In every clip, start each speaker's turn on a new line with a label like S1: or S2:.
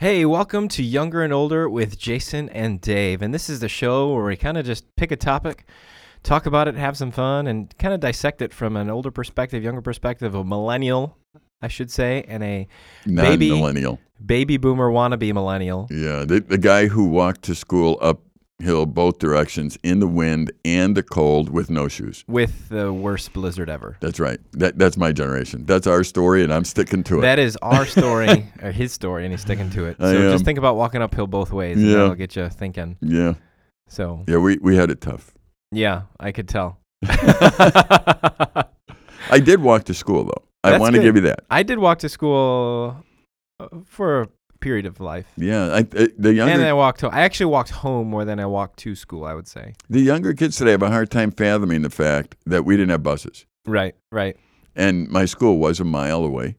S1: Hey, welcome to Younger and Older with Jason and Dave. And this is the show where we kind of just pick a topic, talk about it, have some fun, and kind of dissect it from an older perspective, younger perspective, a millennial, I should say, and a Maybe-
S2: Non-millennial.
S1: baby boomer wannabe millennial.
S2: Yeah, the, the guy who walked to school uphill both directions in the wind and the cold with no shoes.
S1: With the worst blizzard ever.
S2: That's right. That that's my generation. That's our story, and I'm sticking to it.
S1: That is our story, or his story, and he's sticking to it. So
S2: I
S1: just
S2: am.
S1: think about walking uphill both ways. and
S2: Yeah.
S1: That'll get you thinking.
S2: yeah,
S1: So,
S2: yeah. We we had it tough.
S1: yeah, I could tell.
S2: I did walk to school though. I
S1: That's
S2: want to
S1: good.
S2: give you that.
S1: I did walk to school uh, for a period of life.
S2: Yeah, I, I- the younger
S1: And I walked home. I actually walked home more than I walked to school, I would say.
S2: the younger kids today have a hard time fathoming the fact that we didn't have buses,
S1: Right, right.
S2: and my school was a mile away,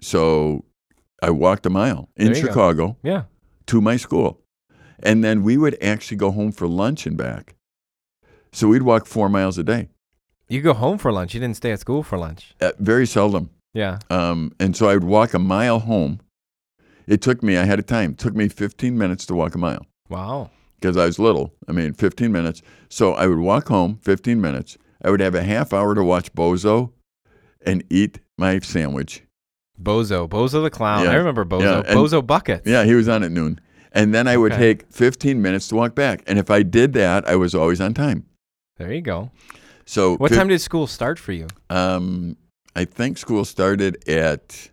S2: so I walked a mile in
S1: There you go.
S2: Chicago.
S1: Yeah.
S2: to my school. And then we would actually go home for lunch and back. So we'd walk four miles a day,
S1: You go home for lunch. You didn't stay at school for lunch.
S2: uh, very seldom.
S1: Yeah.
S2: Um, and so I would walk a mile home. It took me, I had a time, it took me 15 minutes to walk a mile
S1: Wow.
S2: because I was little. I mean, 15 minutes. So I would walk home 15 minutes. I would have a half hour to watch Bozo and eat my sandwich.
S1: Bozo. Bozo the clown.
S2: Yeah.
S1: I remember
S2: Yeah,
S1: Bozo.
S2: and-
S1: Bozo Buckets.
S2: Yeah, he was on at noon. And then I would
S1: Okay.
S2: take 15 minutes to walk back. And if I did that, I was always on time.
S1: There you go.
S2: So
S1: What
S2: fif-
S1: time did school start for you?
S2: Um, I think school started at,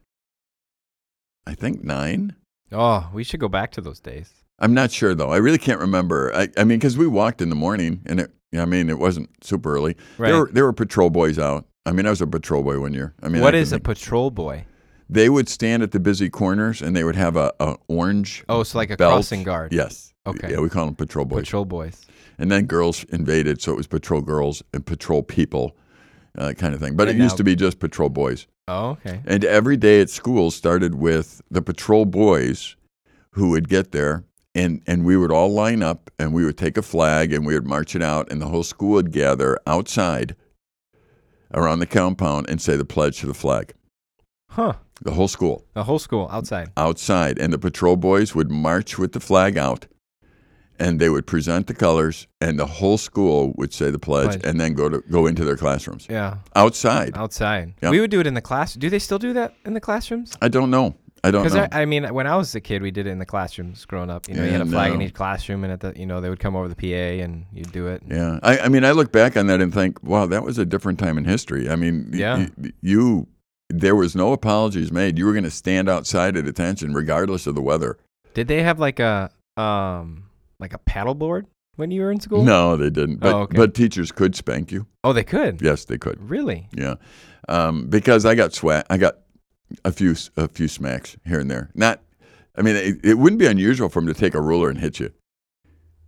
S2: I think nine.
S1: Oh, we should go back to those days.
S2: I'm not sure though. I really can't remember. I, I mean, because we walked in the morning, and it, I mean, it wasn't super early.
S1: Right.
S2: There were there were patrol boys out. I mean, I was a patrol boy one year. I mean,
S1: what
S2: I
S1: is a
S2: can think-
S1: patrol boy?
S2: They would stand at the busy corners, and they would have a, a orange.
S1: Oh, so like a
S2: belt.
S1: crossing guard.
S2: Yes.
S1: Okay.
S2: Yeah, we call them patrol boys.
S1: Patrol boys.
S2: and then girls invaded, so it was patrol girls and patrol people, uh, kind of thing. But
S1: And
S2: it
S1: now-
S2: used to be just patrol boys.
S1: Oh, okay.
S2: And every day at school started with the patrol boys who would get there and, and we would all line up and we would take a flag and we would march it out and the whole school would gather outside around the compound and say the pledge to the flag.
S1: Huh.
S2: The whole school
S1: The whole school outside.
S2: outside. And the patrol boys would march with the flag out and they would present the colors and the whole school would say the pledge,
S1: Pledge.
S2: and then go to go into their classrooms.
S1: Yeah.
S2: Outside.
S1: Outside.
S2: Yeah.
S1: We would do it in the class. Do they still do that in the classrooms?
S2: I don't know. I don't
S1: Because
S2: know.
S1: I, I mean, when I was a kid, we did it in the classrooms growing up. You know, you had a
S2: Yeah,
S1: flag in
S2: no.
S1: each classroom, and at the you know they would come over the PA and you'd do it.
S2: Yeah, I, I mean, I look back on that and think, wow, that was a different time in history. I mean, y-
S1: Yeah.
S2: y- you, there was no apologies made. You were going to stand outside at attention, regardless of the weather.
S1: Did they have like a um like a paddleboard when you were in school?
S2: No, they didn't. But
S1: Oh, okay.
S2: but teachers could spank you.
S1: Oh, they could.
S2: Yes, they could.
S1: Really?
S2: Yeah, um, because I got swag. I got a few s- a few smacks here and there. Not, I mean, it, it wouldn't be unusual for them to take a ruler and hit you.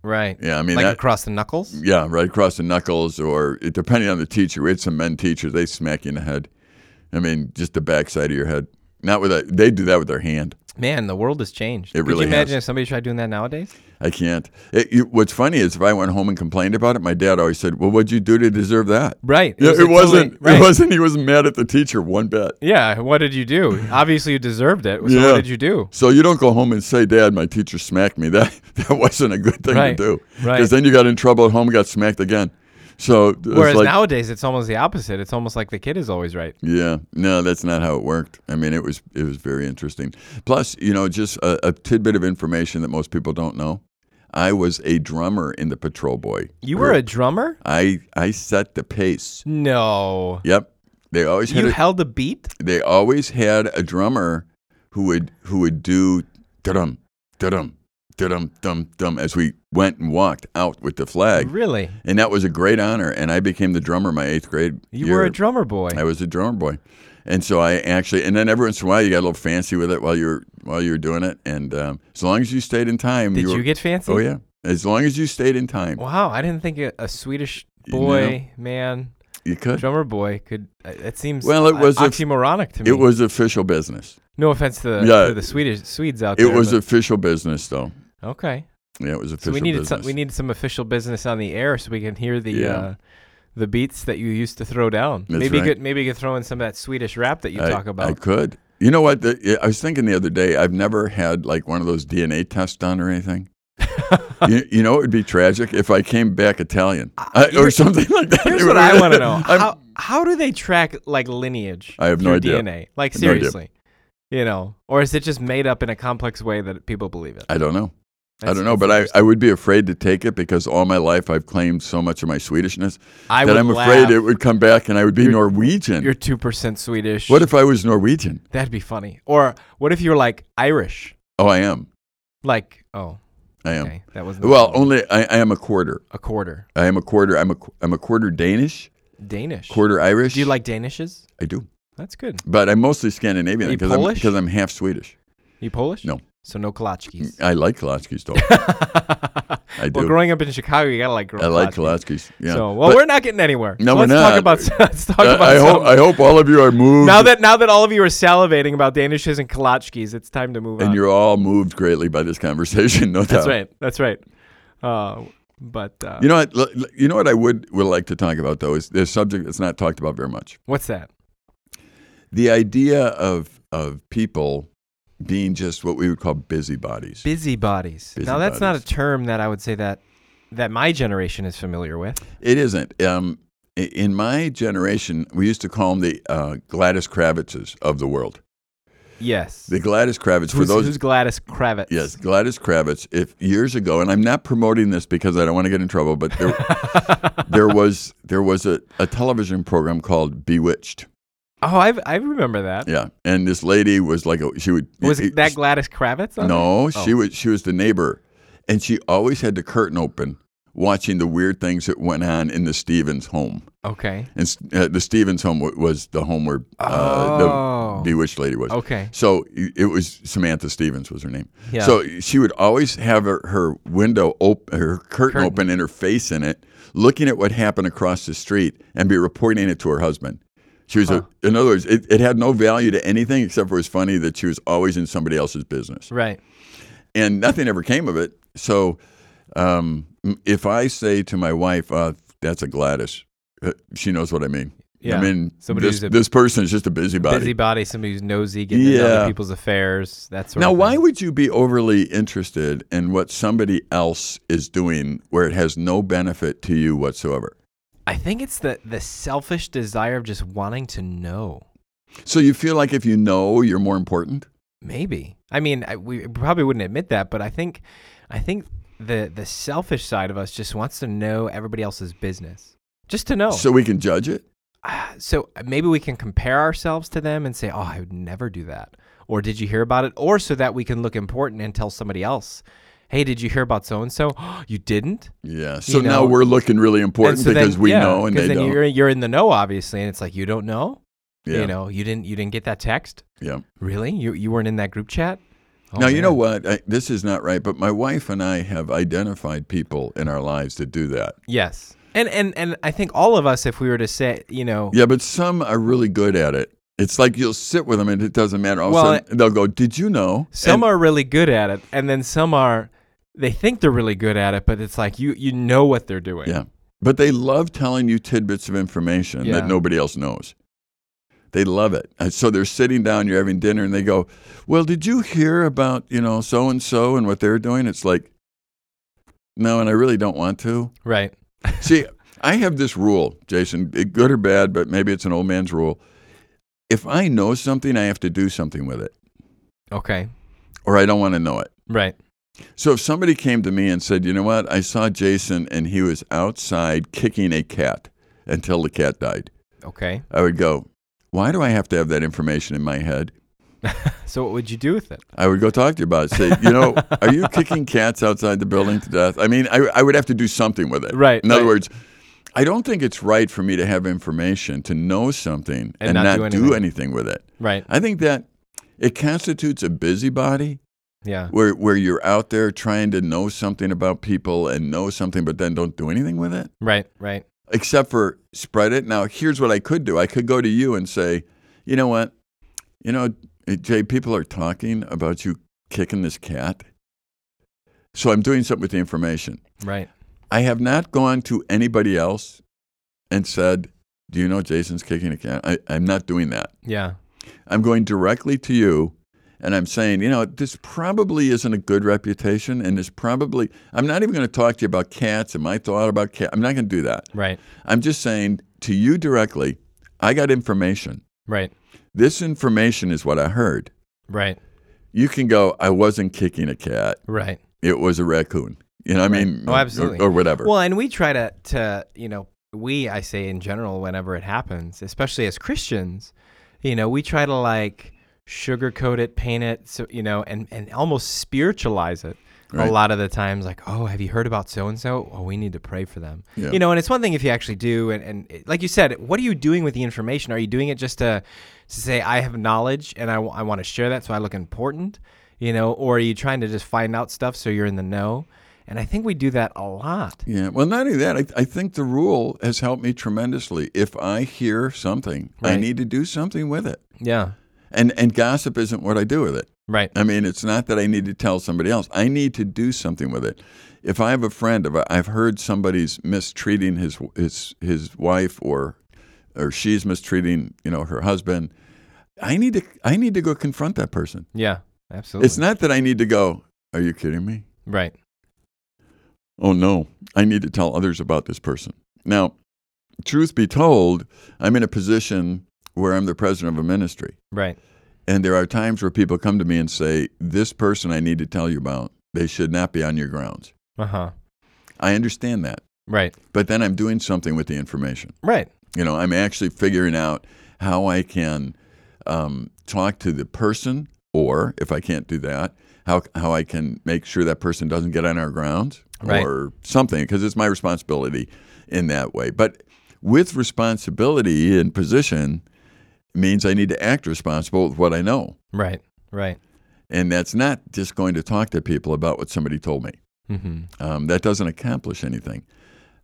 S1: Right.
S2: Yeah, I mean,
S1: like
S2: that, Mm.
S1: across the knuckles.
S2: Yeah, right across the knuckles, or it- depending on the teacher. We had some men teachers; they smack you in the head. I mean, just the backside of your head. Not with a. They do that with their hand.
S1: Man, the world has changed.
S2: It
S1: could
S2: really
S1: you imagine
S2: has.
S1: if somebody tried doing that nowadays?
S2: I can't. It, you, what's funny is if I went home and complained about it, my dad always said, "Well, what'd you do to deserve that?"
S1: Right.
S2: Yeah,
S1: was
S2: it
S1: a totally-
S2: wasn't.
S1: right.
S2: It wasn't. He wasn't mad at the teacher one bit.
S1: Yeah. What did you do? Obviously, you deserved it. So
S2: Yeah.
S1: what did you do?
S2: So you don't go home and say, "Dad, my teacher smacked me." That that wasn't a good thing
S1: Right,
S2: to do.
S1: right.
S2: Because then you got in trouble at home, and got smacked again. So it's
S1: Whereas
S2: like,
S1: nowadays, it's almost the opposite. It's almost like the kid is always right.
S2: Yeah, no, that's not how it worked. I mean, it was it was very interesting. Plus, you know, just a, a tidbit of information that most people don't know. I was a drummer in the Patrol Boy.
S1: You were a drummer?
S2: I I set the pace.
S1: No.
S2: Yep. They always had
S1: You
S2: a,
S1: held a beat?
S2: they always had a drummer who would who would do da-dum, da-dum, da-dum, dum, dum as we went and walked out with the flag.
S1: Really?
S2: And that was a great honor. And I became the drummer my eighth grade.
S1: You
S2: year.
S1: were a drummer boy.
S2: I was a drummer boy, and so I actually, and then every once in a while you got a little fancy with it while you're while you were doing it, and um, as long as you stayed in time,
S1: Did
S2: you,
S1: you,
S2: were,
S1: get fancy?
S2: oh yeah, as long as you stayed in time,
S1: Wow, I didn't think a, a Swedish
S2: You know.
S1: boy, man,
S2: you could.
S1: drummer boy could. uh, It seems
S2: Well, it
S1: uh,
S2: was a-
S1: oxymoronic to me.
S2: It was official business.
S1: no offense to the,
S2: Yeah.
S1: to the Swedish Swedes out
S2: It
S1: there.
S2: was
S1: but-
S2: official business, though.
S1: okay.
S2: Yeah, it was
S1: So
S2: official
S1: we needed
S2: business.
S1: some, we needed some official business on the air so we can hear the
S2: Yeah.
S1: uh, the beats that you used to throw down.
S2: That's
S1: maybe you
S2: right.
S1: could maybe you could throw in some of that Swedish rap that you
S2: I,
S1: talk about.
S2: I could. You know what? The, I was thinking the other day, I've never had like one of those DNA tests done or anything. you, you know, it would be tragic if I came back Italian
S1: Uh,
S2: uh, or
S1: here's-
S2: something like that.
S1: Here's what I want to know.
S2: I'm-
S1: How, how do they track like lineage?
S2: I have no
S1: through
S2: idea.
S1: DNA. Like
S2: No idea.
S1: seriously, you know, or is it just made up in a complex way that people believe it?
S2: I don't know. I
S1: That's-
S2: don't know,
S1: that's
S2: but I,
S1: interesting.
S2: I would be afraid to take it because all my life I've claimed so much of my Swedishness
S1: I
S2: that
S1: would
S2: I'm afraid
S1: laugh.
S2: it would come back and I would be
S1: You're-
S2: Norwegian.
S1: You're two percent Swedish.
S2: What if I was Norwegian?
S1: that'd be funny? Or what if you're like Irish?
S2: Oh, I am.
S1: Like oh,
S2: I am.
S1: okay, that was
S2: Well, only I, I am a quarter.
S1: a quarter
S2: I am a quarter. I'm a qu- I'm a quarter Danish,
S1: Danish.
S2: quarter Irish.
S1: Do you like Danishes?
S2: I do,
S1: That's good.
S2: but I'm mostly Scandinavian
S1: Are you
S2: because I'm
S1: Polish?
S2: because I'm half Swedish.
S1: You Polish?
S2: No.
S1: So no kolachkis.
S2: I like Kolachkis though. I do.
S1: Well, growing up in Chicago, you gotta like.
S2: I like
S1: kolachkis.
S2: Kolachkis. Yeah.
S1: So, well,
S2: But
S1: we're not getting anywhere. So
S2: No, we're
S1: let's
S2: not.
S1: Talk about, let's talk
S2: I,
S1: about
S2: I hope
S1: something.
S2: I hope all of you are moved.
S1: now that now that all of you are salivating about danishes and kolachkis, it's time to move
S2: and
S1: on.
S2: you're all moved greatly by this conversation, no doubt.
S1: That's right. That's right. Uh, but uh,
S2: You know what? l- l- You know what I would would like to talk about though is this subject that's not talked about very much.
S1: what's that?
S2: The idea of of people being just what we would call busybodies.
S1: Busybodies. Now that's not a
S2: Busybodies. term
S1: term that I would say that that my generation is familiar with.
S2: It isn't. Um, i- in my generation, we used to call them the uh, Gladys Kravitzes of the world.
S1: Yes.
S2: The Gladys Kravitz, for
S1: who's,
S2: those.
S1: who's Gladys Kravitz?
S2: Yes, Gladys Kravitz. If years ago, and I'm not promoting this because I don't want to get in trouble, but there, there was there was a, a television program called Bewitched.
S1: Oh, I I remember that.
S2: Yeah, and this lady was like a, she would
S1: Was
S2: it-
S1: that Gladys Kravitz? on there?
S2: no, she
S1: Oh.
S2: was she was the neighbor, and she always had the curtain open, watching the weird things that went on in the Stevens home.
S1: Okay.
S2: And S- uh, the Stevens home w- was the home where uh,
S1: Oh.
S2: the bewitched lady was.
S1: Okay.
S2: So y- it was Samantha Stevens was her name.
S1: Yeah.
S2: So she would always have her, her window open, her curtain,
S1: Curtain.
S2: open, and her face in it, looking at what happened across the street and be reporting it to her husband. She was, a, in other words, it, it had no value to anything except for it was funny that she was always in somebody else's business,
S1: Right.
S2: and nothing ever came of it. So um, m- if I say to my wife, uh, "That's a Gladys," uh, she knows what I mean.
S1: Yeah.
S2: I mean,
S1: Somebody
S2: this,
S1: who's a-
S2: this person is just a busybody.
S1: Busybody, somebody who's nosy, getting into
S2: Yeah.
S1: other people's affairs. That sort
S2: now,
S1: of thing.
S2: why would you be overly interested in what somebody else is doing where it has no benefit to you whatsoever?
S1: I think it's the the selfish desire of just wanting to know.
S2: So you feel like if you know, you're more important?
S1: Maybe. I mean, I, we probably wouldn't admit that, but I think, I think the the selfish side of us just wants to know everybody else's business, just to know.
S2: So we can judge it?
S1: Ah, so maybe we can compare ourselves to them and say, "Oh, I would never do that," or "Did you hear about it?" Or so that we can look important and tell somebody else, "Hey, did you hear about so and so? You didn't."
S2: Yeah. So
S1: You
S2: now
S1: know.
S2: we're looking really important
S1: And so then-
S2: because we
S1: yeah,
S2: know and
S1: 'cause
S2: they
S1: then
S2: don't.
S1: You're, you're in the know, obviously, and it's like you don't know.
S2: yeah.
S1: You know, you didn't you didn't get that text.
S2: yeah.
S1: Really? You you weren't in that group chat? Oh,
S2: now, you know
S1: man.
S2: what? I, this is not right, but my wife and I have identified people in our lives that do that.
S1: Yes. And and and I think all of us, if we were to say, you know,
S2: Yeah, but some are really good at it. It's like you'll sit with them and it doesn't matter. All
S1: Well,
S2: of a sudden, they'll go, Did you know?
S1: some are really good at it, and then some are, they think they're really good at it, but it's like you you know what they're doing.
S2: Yeah. But they love telling you tidbits of information
S1: Yeah.
S2: that nobody else knows. They love it. And so they're sitting down, you're having dinner, and they go, Well, did you hear about, you know, so and so and what they're doing? It's like, No, and I really don't want to.
S1: Right.
S2: See, I have this rule, Jason, it- good or bad, but maybe it's an old man's rule. If I know something, I have to do something with it,
S1: Okay.
S2: or I don't want to know it.
S1: Right.
S2: So if somebody came to me and said, "You know what? I saw Jason and he was outside kicking a cat until the cat died."
S1: Okay.
S2: I would go, "Why do I have to have that information in my head?"
S1: So what would you do with it?
S2: I would go talk to you about it. Say, "You know, are you kicking cats outside the building to death?" I mean, I, I would have to do something with it.
S1: Right,
S2: In other
S1: right.
S2: words, I don't think it's right for me to have information to know something and,
S1: And not
S2: not,
S1: do
S2: do
S1: anything.
S2: anything with it.
S1: Right.
S2: I think that it constitutes a busybody.
S1: Yeah.
S2: where where you're out there trying to know something about people and know something but then don't do anything with it
S1: Right. Right.
S2: except for spread it now here's what i could do i could go to you and say you know what you know eh, jay people are talking about you kicking this cat so i'm doing something with the information
S1: Right.
S2: i have not gone to anybody else and said do you know jason's kicking a cat I, i'm not doing that
S1: Yeah.
S2: I'm going directly to you and I'm saying, you know, this probably isn't a good reputation and this probably, I'm not even going to talk to you about cats and my thought about cats. I'm not going to do that.
S1: Right.
S2: I'm just saying to you directly, I got information.
S1: Right.
S2: This information is what I heard.
S1: Right.
S2: You can go, I wasn't kicking a cat.
S1: Right.
S2: It was a raccoon. You know what I mean?
S1: Oh,
S2: Or-
S1: absolutely.
S2: Or, whatever.
S1: Well, and we try to to you know we I say in general whenever it happens, especially as Christians, you know we try to like sugarcoat it, paint it, so you know, and and almost spiritualize it.
S2: Right.
S1: A lot of the times, like, oh, have you heard about so and so? Oh, we need to pray for them.
S2: Yeah.
S1: You know, and it's one thing if you actually do, and, and it- like you said, what are you doing with the information? Are you doing it just to, to say, I have knowledge and I want to share that so I look important? You know, or are you trying to just find out stuff so you're in the know? And I think we do that a lot.
S2: Yeah. Well, not only that, I, I think the rule has helped me tremendously. If I hear something, I
S1: Right.
S2: need to do something with it.
S1: Yeah.
S2: And and gossip isn't what I do with it.
S1: Right.
S2: I mean, it's not that I need to tell somebody else. I need to do something with it. If I have a friend, if I- I've heard somebody's mistreating his his his wife, or or she's mistreating you know her husband, I need to I need to go confront that person.
S1: Yeah. Absolutely.
S2: It's not that I need to go. Are you kidding me?
S1: right.
S2: oh no, I need to tell others about this person. Now, truth be told, I'm in a position where I'm the president of a ministry.
S1: Right.
S2: And there are times where people come to me and say, This person I need to tell you about, they should not be on your grounds.
S1: Uh huh.
S2: I understand that.
S1: Right.
S2: But then I'm doing something with the information.
S1: Right.
S2: You know, I'm actually figuring out how I can um, talk to the person, or if I can't do that, how, how I can make sure that person doesn't get on our grounds
S1: Right.
S2: or something, because it's my responsibility in that way. But with responsibility and position means I need to act responsible with what I know.
S1: Right. Right.
S2: And that's not just going to talk to people about what somebody told me.
S1: Mm-hmm.
S2: Um, that doesn't accomplish anything.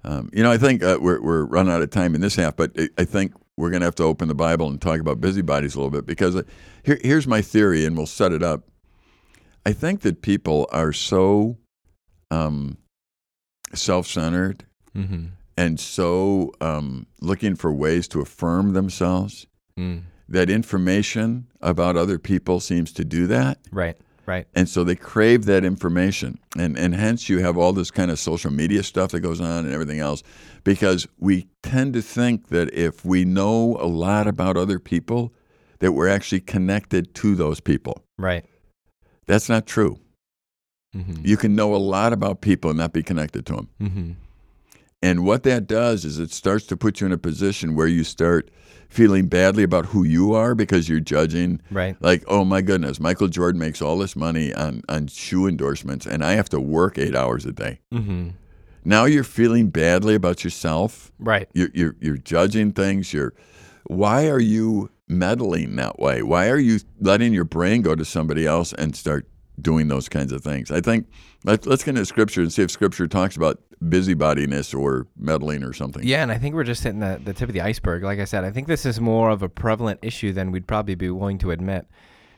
S2: Um, you know, I think uh, we're, we're running out of time in this half, but I- I think we're going to have to open the Bible and talk about busybodies a little bit because uh, here, here's my theory, and we'll set it up. I think that people are so um, self centered
S1: Mm-hmm.
S2: and so um, looking for ways to affirm themselves
S1: Mm.
S2: that information about other people seems to do that.
S1: Right. Right.
S2: And so they crave that information. And, and hence you have all this kind of social media stuff that goes on and everything else because we tend to think that if we know a lot about other people, that we're actually connected to those people.
S1: Right.
S2: That's not true.
S1: Mm-hmm.
S2: You can know a lot about people and not be connected to them.
S1: Mm-hmm.
S2: And what that does is it starts to put you in a position where you start feeling badly about who you are because you're judging
S1: Right.
S2: like oh my goodness michael jordan makes all this money on, on shoe endorsements and i have to work eight hours a day
S1: Mm-hmm.
S2: now you're feeling badly about yourself
S1: Right.
S2: you're, you're, you're judging things you're why are you meddling that way why are you letting your brain go to somebody else and start doing those kinds of things i think let, let's get into scripture and see if scripture talks about busybodiness or meddling or something
S1: Yeah, and I think we're just hitting the, the tip of the iceberg. Like I said, I think this is more of a prevalent issue than we'd probably be willing to admit.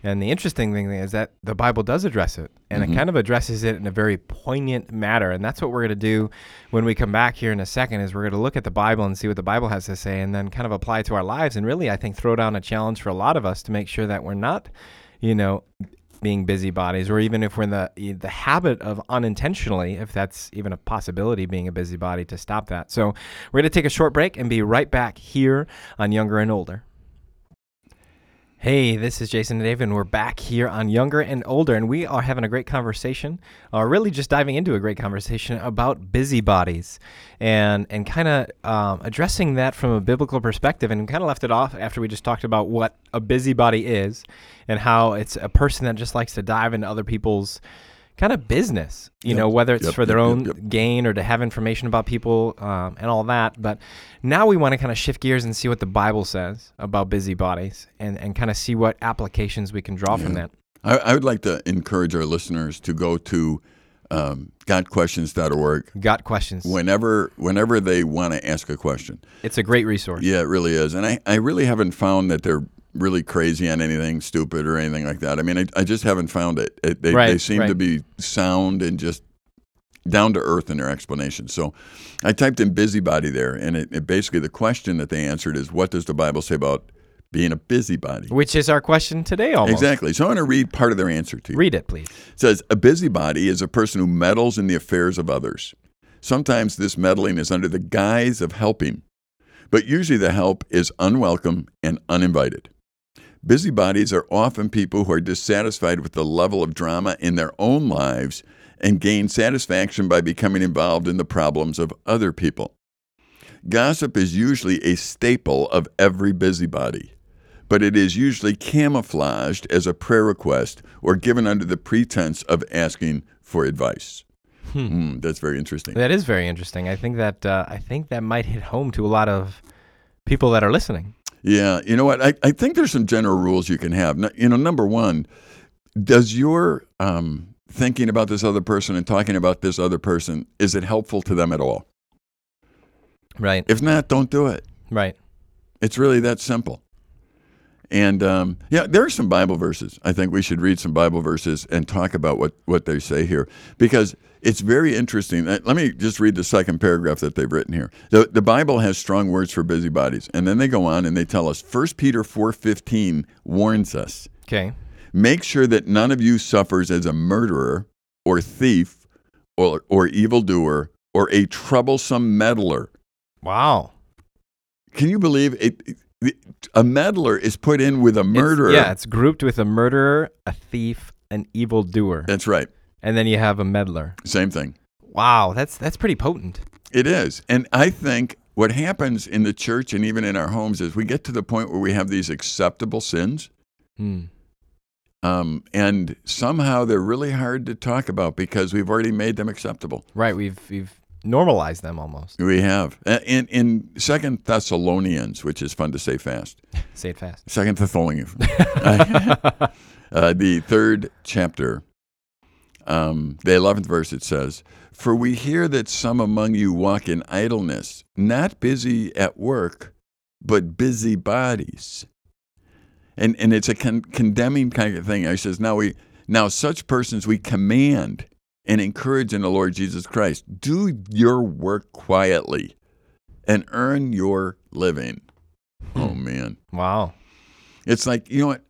S1: And the interesting thing is that the Bible does address it, and it kind of addresses it in a very poignant manner. And that's what we're going to do when we come back here in a second. Is we're going to look at the Bible and see what the Bible has to say, and then kind of apply it to our lives. And really, I think throw down a challenge for a lot of us to make sure that we're not, you know, being busybodies, or even if we're in the the habit of unintentionally, if that's even a possibility, being a busybody to stop that. So we're going to take a short break and be right back here on Younger and Older. Hey, this is Jason and Dave, and we're back here on Younger and Older, and we are having a great conversation, uh, really just diving into a great conversation about busybodies and, and kind of um, addressing that from a biblical perspective. And kind of left it off after we just talked about what a busybody is and how it's a person that just likes to dive into other people's kind of business, you know, whether it's
S2: Yep,
S1: for their
S2: yep, yep,
S1: own
S2: yep.
S1: gain or to have information about people um, and all that. But now we want to kind of shift gears and see what the Bible says about busybodies and, and kind of see what applications we can draw from that.
S2: I, I would like to encourage our listeners to go to um, gotquestions.org
S1: Got questions.
S2: whenever whenever they want to ask a question.
S1: It's a great resource.
S2: Yeah, it really is. And I, I really haven't found that they're really crazy on anything stupid or anything like that. I mean, I, I just haven't found it. it they, they
S1: Right,
S2: seem to
S1: right.
S2: be sound and just down to earth in their explanations. So I typed in busybody there, and it, it basically the question that they answered is what does the Bible say about being a busybody.
S1: Which is our question today almost.
S2: Exactly. So I want to read part of their answer to you.
S1: Read it, please.
S2: It says a busybody is a person who meddles in the affairs of others. Sometimes this meddling is under the guise of helping, but usually the help is unwelcome and uninvited. Busybodies are often people who are dissatisfied with the level of drama in their own lives and gain satisfaction by becoming involved in the problems of other people. Gossip is usually a staple of every busybody, but it is usually camouflaged as a prayer request or given under the pretense of asking for advice. Hmm, that's very interesting.
S1: That is very interesting. I think that uh, I think that might hit home to a lot of people that are listening.
S2: Yeah, you know what? I, I think there's some general rules you can have. No- You know, number one, does your um, thinking about this other person and talking about this other person is it helpful to them at all?
S1: Right.
S2: If not, don't do it.
S1: Right.
S2: It's really that simple. And um, yeah, there are some Bible verses. I think we should read some Bible verses and talk about what, what they say here because it's very interesting. Uh, Let me just read the second paragraph that they've written here. The, the Bible has strong words for busybodies, and then they go on and they tell us. 1 Peter four fifteen warns us:
S1: Okay.
S2: make sure that none of you suffers as a murderer or thief or or evildoer or a troublesome meddler.
S1: Wow.
S2: Can you believe it? A meddler is put in with a
S1: It's-
S2: murderer.
S1: yeah, it's grouped with a murderer, a thief, an evildoer,
S2: That's right.
S1: and then you have a meddler.
S2: Same thing.
S1: Wow, that's that's pretty potent.
S2: It is. And I think what happens in the church and even in our homes is we get to the point where we have these acceptable sins,
S1: Hmm.
S2: um, and somehow they're really hard to talk about because we've already made them acceptable.
S1: Right. We've we've normalized them almost.
S2: We have. A- In, in Second Thessalonians, which is fun to say fast,
S1: Say it fast.
S2: Second Thessalonians, uh, the third chapter, um, the eleventh verse. It says, "For we hear that some among you walk in idleness, not busy at work, but busy bodies." And and it's a con- condemning kind of thing. I says, "Now we now such persons we command and encourage in the Lord Jesus Christ. Do your work quietly, and earn your living." Oh man.
S1: Wow.
S2: It's like, you know what?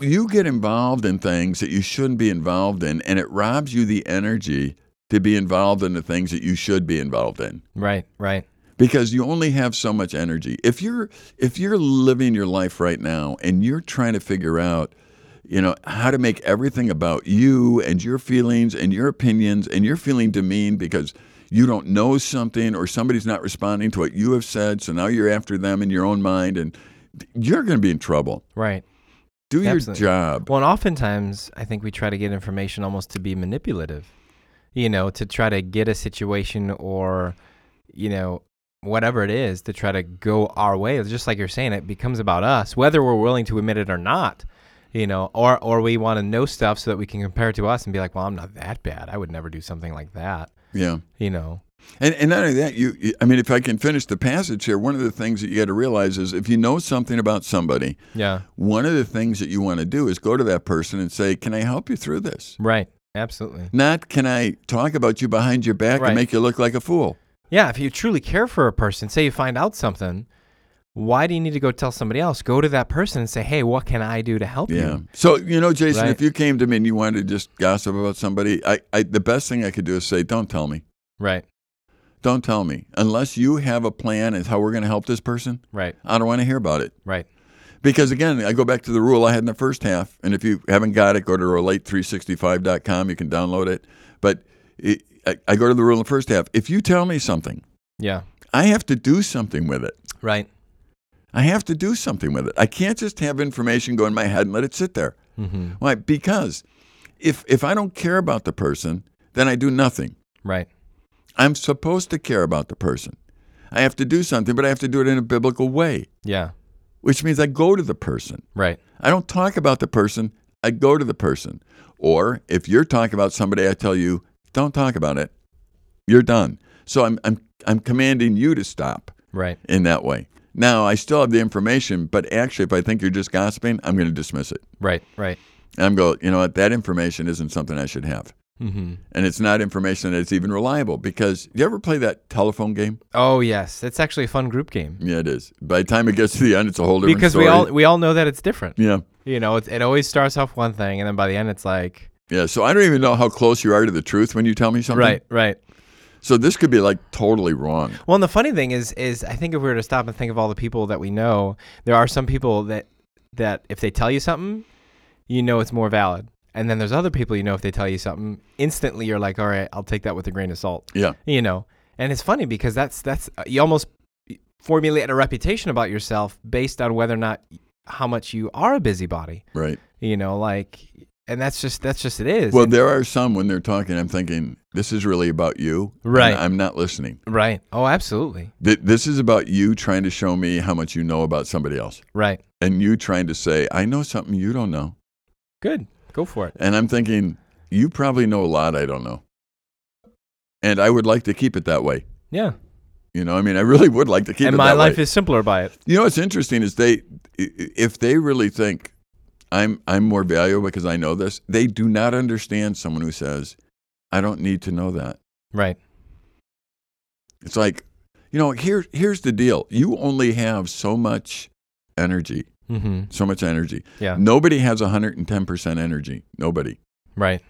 S2: You get involved in things that you shouldn't be involved in, and it robs you the energy to be involved in the things that you should be involved in
S1: Right. Right.
S2: because you only have so much energy. If you're if you're living your life right now and you're trying to figure out you know how to make everything about you and your feelings and your opinions and you're feeling demeaned because you don't know something or somebody's not responding to what you have said so now you're after them in your own mind and you're going to be in trouble
S1: Right.
S2: do your
S1: Absolutely.
S2: job.
S1: Well, and oftentimes I think we try to get information almost to be manipulative, you know, to try to get a situation or, you know, whatever it is to try to go our way. It's just like you're saying, it becomes about us, whether we're willing to admit it or not, you know, or, or we want to know stuff so that we can compare it to us and be like, well, I'm not that bad. I would never do something like that,
S2: Yeah.
S1: you know.
S2: And, and not only that, you, you- I mean, if I can finish the passage here, one of the things that you got to realize is if you know something about somebody,
S1: Yeah.
S2: one of the things that you want to do is go to that person and say, Can I help you through this?
S1: Right. Absolutely.
S2: Not can I talk about you behind your back
S1: Right.
S2: and make you look like a fool?
S1: Yeah, if you truly care for a person, say you find out something, why do you need to go tell somebody else? Go to that person and say, "Hey, what can I do to help
S2: Yeah.
S1: you?"
S2: So, you know, Jason,
S1: Right.
S2: if you came to me and you wanted to just gossip about somebody, I, I, the best thing I could do is say, Don't tell me.
S1: Right,
S2: Don't tell me. Unless you have a plan as how we're going to help this person,
S1: right,
S2: I don't want to hear about it.
S1: right.
S2: Because again, I go back to the rule I had in the first half. And if you haven't got it, go to relate365.com. You can download it. But it, I, I go to the rule in the first half. If you tell me something,
S1: Yeah,
S2: I have to do something with it.
S1: right.
S2: I have to do something with it. I can't just have information go in my head and let it sit there.
S1: Mm-hmm.
S2: Why? Because if, if I don't care about the person, then I do nothing.
S1: Right,
S2: I'm supposed to care about the person. I have to do something, but I have to do it in a biblical way,
S1: yeah,
S2: which means I go to the person.
S1: right,
S2: I don't talk about the person, I go to the person. Or if you're talking about somebody, I tell you, don't talk about it. You're done. So I'm, I'm, I'm commanding you to stop
S1: right.
S2: in that way. Now, I still have the information, but actually, if I think you're just gossiping, I'm going to dismiss it.
S1: Right, right.
S2: I'm go, you know what, that information isn't something I should have.
S1: hmm
S2: And it's not information that's even reliable because you ever play that telephone game?
S1: Oh yes, it's actually a fun group game
S2: Yeah, it is. By the time it gets to the end, it's a whole different
S1: because
S2: story.
S1: we all we all know that it's different.
S2: yeah.
S1: You know, it, it always starts off one thing, and then by the end, it's like
S2: Yeah. So I don't even know how close you are to the truth when you tell me something.
S1: right, right.
S2: So this could be like totally wrong.
S1: Well, and the funny thing is, is I think if we were to stop and think of all the people that we know, there are some people that that if they tell you something, you know it's more valid, and then there's other people you know if they tell you something, instantly you're like, all right, I'll take that with a grain of salt.
S2: Yeah.
S1: You know, and it's funny because that's that's you almost formulate a reputation about yourself based on whether or not how much you are a busybody.
S2: Right.
S1: You know, like, and that's just that's just it is.
S2: Well,
S1: And-
S2: there are some when they're talking, I'm thinking, this is really about you. and
S1: Right.
S2: I'm not listening.
S1: right. Oh, absolutely.
S2: Th- This is about you trying to show me how much you know about somebody else
S1: Right.
S2: and you trying to say, I know something you don't know.
S1: Good. Go for it.
S2: And I'm thinking, you probably know a lot I don't know. And I would like to keep it that way.
S1: Yeah.
S2: You know, I mean, I really would like to keep
S1: and
S2: it
S1: my
S2: that way.
S1: life is simpler by it.
S2: You know what's interesting is they, i- if they really think I'm I'm more valuable because I know this, they do not understand someone who says, "I don't need to know that."
S1: Right.
S2: It's like, you know, here here's the deal: you only have so much energy,
S1: Mm-hmm.
S2: so much energy.
S1: Yeah.
S2: Nobody has 110 percent energy. Nobody.
S1: Right.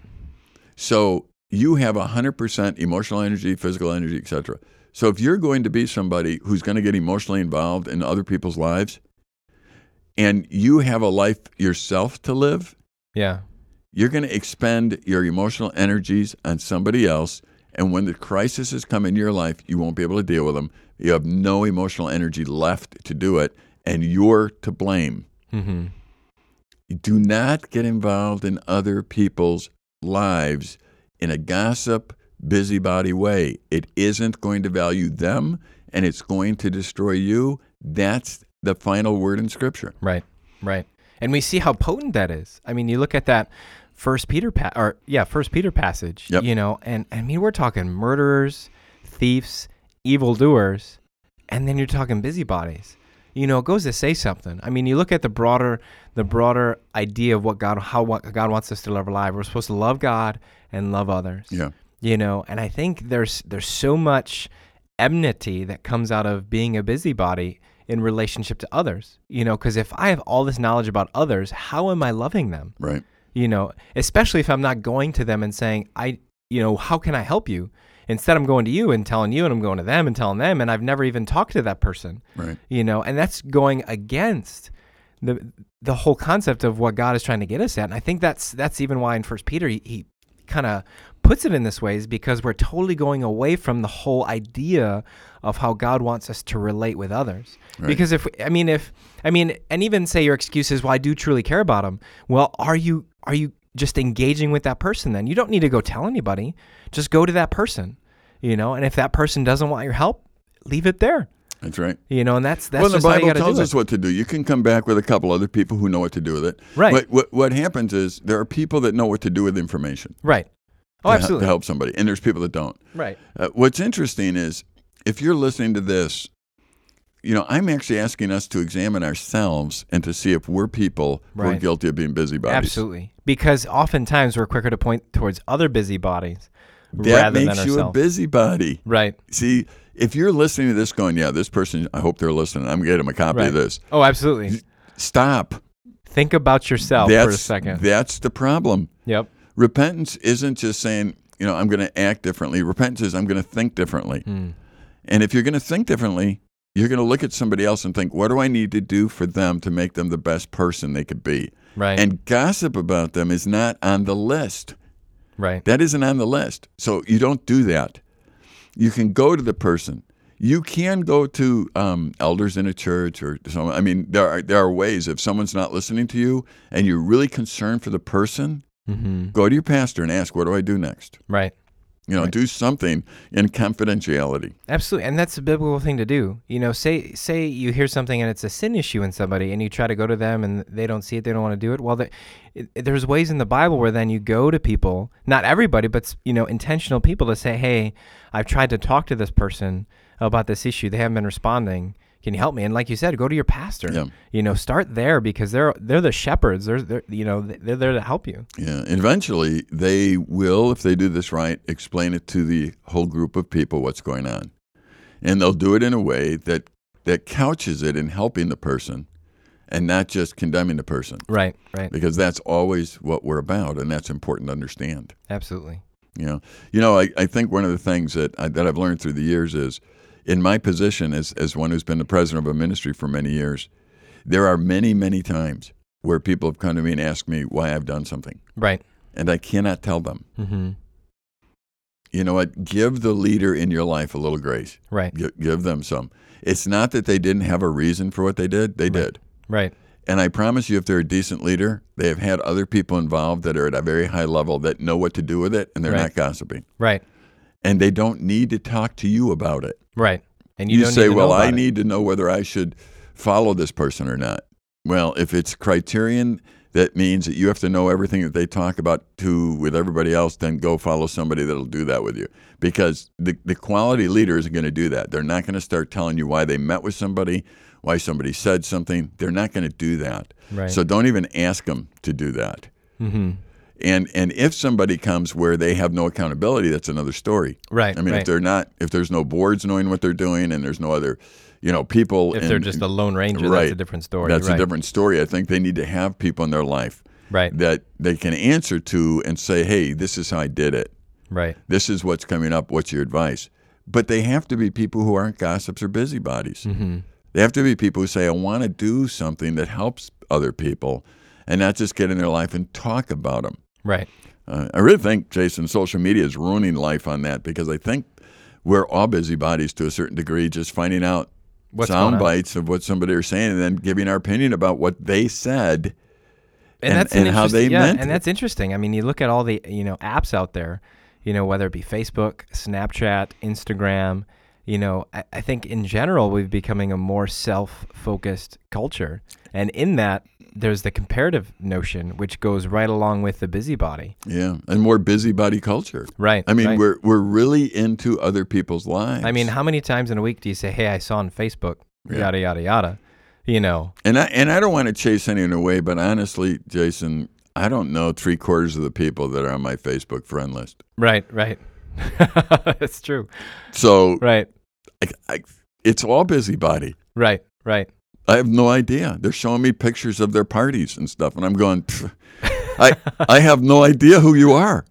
S2: So you have 100% emotional energy, physical energy, etc. So if you're going to be somebody who's going to get emotionally involved in other people's lives and you have a life yourself to live,
S1: Yeah.
S2: you're going to expend your emotional energies on somebody else and when the crises come in your life, you won't be able to deal with them. You have no emotional energy left to do it and you're to blame.
S1: Mm-hmm.
S2: Do not get involved in other people's lives in a gossip, busybody way. It isn't going to value them and it's going to destroy you. That's the final word in Scripture.
S1: Right. Right. And we see how potent that is. I mean, you look at that First Peter pa- or yeah, First Peter passage.
S2: Yep.
S1: You know, and I mean, we're talking murderers, thieves, evildoers, and then you're talking busybodies. You know, it goes to say something. I mean, you look at the broader the broader idea of what God how what God wants us to live our life. We're supposed to love God and love others.
S2: Yeah.
S1: you know and i think there's there's so much enmity that comes out of being a busybody in relationship to others you know because if i have all this knowledge about others how am i loving them
S2: Right.
S1: you know especially if i'm not going to them and saying i you know how can i help you instead i'm going to you and telling you and i'm going to them and telling them and i've never even talked to that person
S2: Right.
S1: you know and that's going against the the whole concept of what god is trying to get us at and i think that's that's even why in first peter he, he kind of puts it in this way is because we're totally going away from the whole idea of how god wants us to relate with others
S2: Right.
S1: because if i mean if i mean and even say your excuse is well i do truly care about him well are you are you just engaging with that person then you don't need to go tell anybody just go to that person you know and if that person doesn't want your help leave it there
S2: That's right.
S1: you know, and that's that's
S2: well, the
S1: just how you
S2: Bible
S1: gotta
S2: tells
S1: do
S2: us what to do. You can come back with a couple other people who know what to do with it.
S1: Right.
S2: What, what, what happens is there are people that know what to do with information
S1: it. Right. Oh,
S2: to, he- to
S1: absolutely.
S2: help somebody, and there's people that don't.
S1: Right.
S2: Uh, what's interesting is if you're listening to this, you know, I'm actually asking us to examine ourselves and to see if we're people who are
S1: Right.
S2: guilty of being busybodies.
S1: Absolutely. Because oftentimes we're quicker to point towards other busybodies
S2: That
S1: rather
S2: makes
S1: than
S2: you a
S1: ourselves.
S2: busybody.
S1: right.
S2: See, if you're listening to this going, yeah, this person, I hope they're listening. I'm going to get them a copy
S1: Right.
S2: of this.
S1: Oh, absolutely.
S2: Stop.
S1: Think about yourself
S2: that's,
S1: for a second.
S2: That's the problem.
S1: yep.
S2: Repentance isn't just saying, you know, I'm going to act differently. Repentance is I'm going to think differently. And if you're going to think differently, you're going to look at somebody else and think, what do I need to do for them to make them the best person they could be?
S1: Right.
S2: And gossip about them is not on the list.
S1: right.
S2: That isn't on the list. So you don't do that. You can go to the person. You can go to um, elders in a church or some. I mean, there are there are ways. If someone's not listening to you and you're really concerned for the person,
S1: Mm-hmm.
S2: go to your pastor and ask, "What do I do next?"
S1: Right.
S2: You know, do something in confidentiality.
S1: Absolutely, and that's a biblical thing to do. You know, say say you hear something and it's a sin issue in somebody, and you try to go to them, and they don't see it, they don't want to do it. Well, the, it, there's ways in the Bible where then you go to people, not everybody, but s- you know, intentional people to say, "Hey, I've tried to talk to this person about this issue. They haven't been responding. Can you help me? And like you said, go to your pastor.
S2: Yeah.
S1: You know, start there because they're they're the shepherds. They're, they're you know they're there to help you.
S2: Yeah, and eventually they will, if they do this right, explain it to the whole group of people what's going on, and they'll do it in a way that that couches it in helping the person, and not just condemning the person,
S1: Right. Right.
S2: because that's always what we're about, and that's important to understand.
S1: Absolutely.
S2: You know, you know, I, I think one of the things that I, that I've learned through the years is, in my position as as one who's been the president of a ministry for many years, there are many many times where people have come to me and asked me why I've done something,
S1: Right.
S2: and I cannot tell them.
S1: Mm-hmm.
S2: you know what? Give the leader in your life a little grace.
S1: Right.
S2: Gi- give them some. It's not that they didn't have a reason for what they did, they did.
S1: Right.
S2: And I promise you, if they're a decent leader, they have had other people involved that are at a very high level that know what to do with it and they're
S1: Right.
S2: not gossiping.
S1: Right.
S2: And they don't need to talk to you about it.
S1: Right. And you, don't
S2: say,
S1: need to know
S2: well, I
S1: about it.
S2: need to know whether I should follow this person or not. Well, if it's criterion, that means that you have to know everything that they talk about to with everybody else, then go follow somebody that'll do that with you. Because the, the quality leader isn't going to do that. They're not going to start telling you why they met with somebody, why somebody said something. They're not going to do that.
S1: Right. Mm-hmm.
S2: So don't even ask them to do that. And, and if somebody comes where they have no accountability, that's another story.
S1: Right.
S2: I mean, if
S1: right.
S2: they're not, if there's no boards knowing what they're doing, and there's no other, you know, people.
S1: if
S2: and-
S1: they're just a lone ranger,
S2: Right.
S1: that's a different story.
S2: that's
S1: right.
S2: a different story. I think they need to have people in their life
S1: Right.
S2: that they can answer to and say, "Hey, this is how I did it.
S1: Right.
S2: This is what's coming up. What's your advice?" But they have to be people who aren't gossips or busybodies.
S1: Mm-hmm.
S2: They have to be people who say, "I want to do something that helps other people," and not just get in their life and talk about them.
S1: Right.
S2: Uh, I really think, Jason, social media is ruining life on that because I think we're all busybodies to a certain degree, just finding out
S1: What's going
S2: sound
S1: on.
S2: bites of what somebody are saying and then giving our opinion about what they said.
S1: and,
S2: and-
S1: that's an
S2: and how they
S1: interesting- yeah,
S2: meant
S1: and
S2: it.
S1: that's interesting. I mean, you look at all the you know apps out there, you know whether it be Facebook, Snapchat, Instagram. You know, I, I think in general we've becoming a more self-focused culture, and in that there's the comparative notion, which goes right along with the busybody.
S2: Yeah, and more busybody culture.
S1: Right.
S2: I mean,
S1: right.
S2: we're we're really into other people's lives.
S1: I mean, how many times in a week do you say, "Hey, I saw on Facebook,"
S2: Yeah.
S1: yada yada yada, you know?
S2: and I and I don't want to chase anyone away, but honestly, Jason, I don't know three quarters of the people that are on my Facebook friend list.
S1: Right. Right. that's true.
S2: So
S1: Right.
S2: I, I, it's all busybody.
S1: Right. Right.
S2: I have no idea. They're showing me pictures of their parties and stuff, and I'm going, "Pff, I, I have no idea who you are.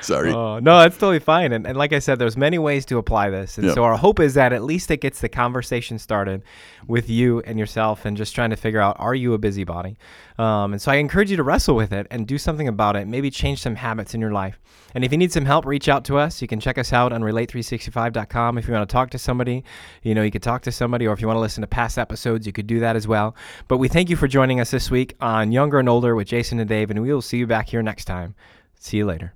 S2: Sorry.
S1: Oh, no, that's totally fine. And, and like I said, there's many ways to apply this. And
S2: Yeah.
S1: so our hope is that at least it gets the conversation started with you and yourself and just trying to figure out, are you a busybody? Um, and so I encourage you to wrestle with it and do something about it. Maybe change some habits in your life. And if you need some help, reach out to us. You can check us out on relate365.com. If you want to talk to somebody, you know, you could talk to somebody or if you want to listen to past episodes, you could do that as well. But we thank you for joining us this week on Younger and Older with Jason and Dave. And we will see you back here next time. See you later.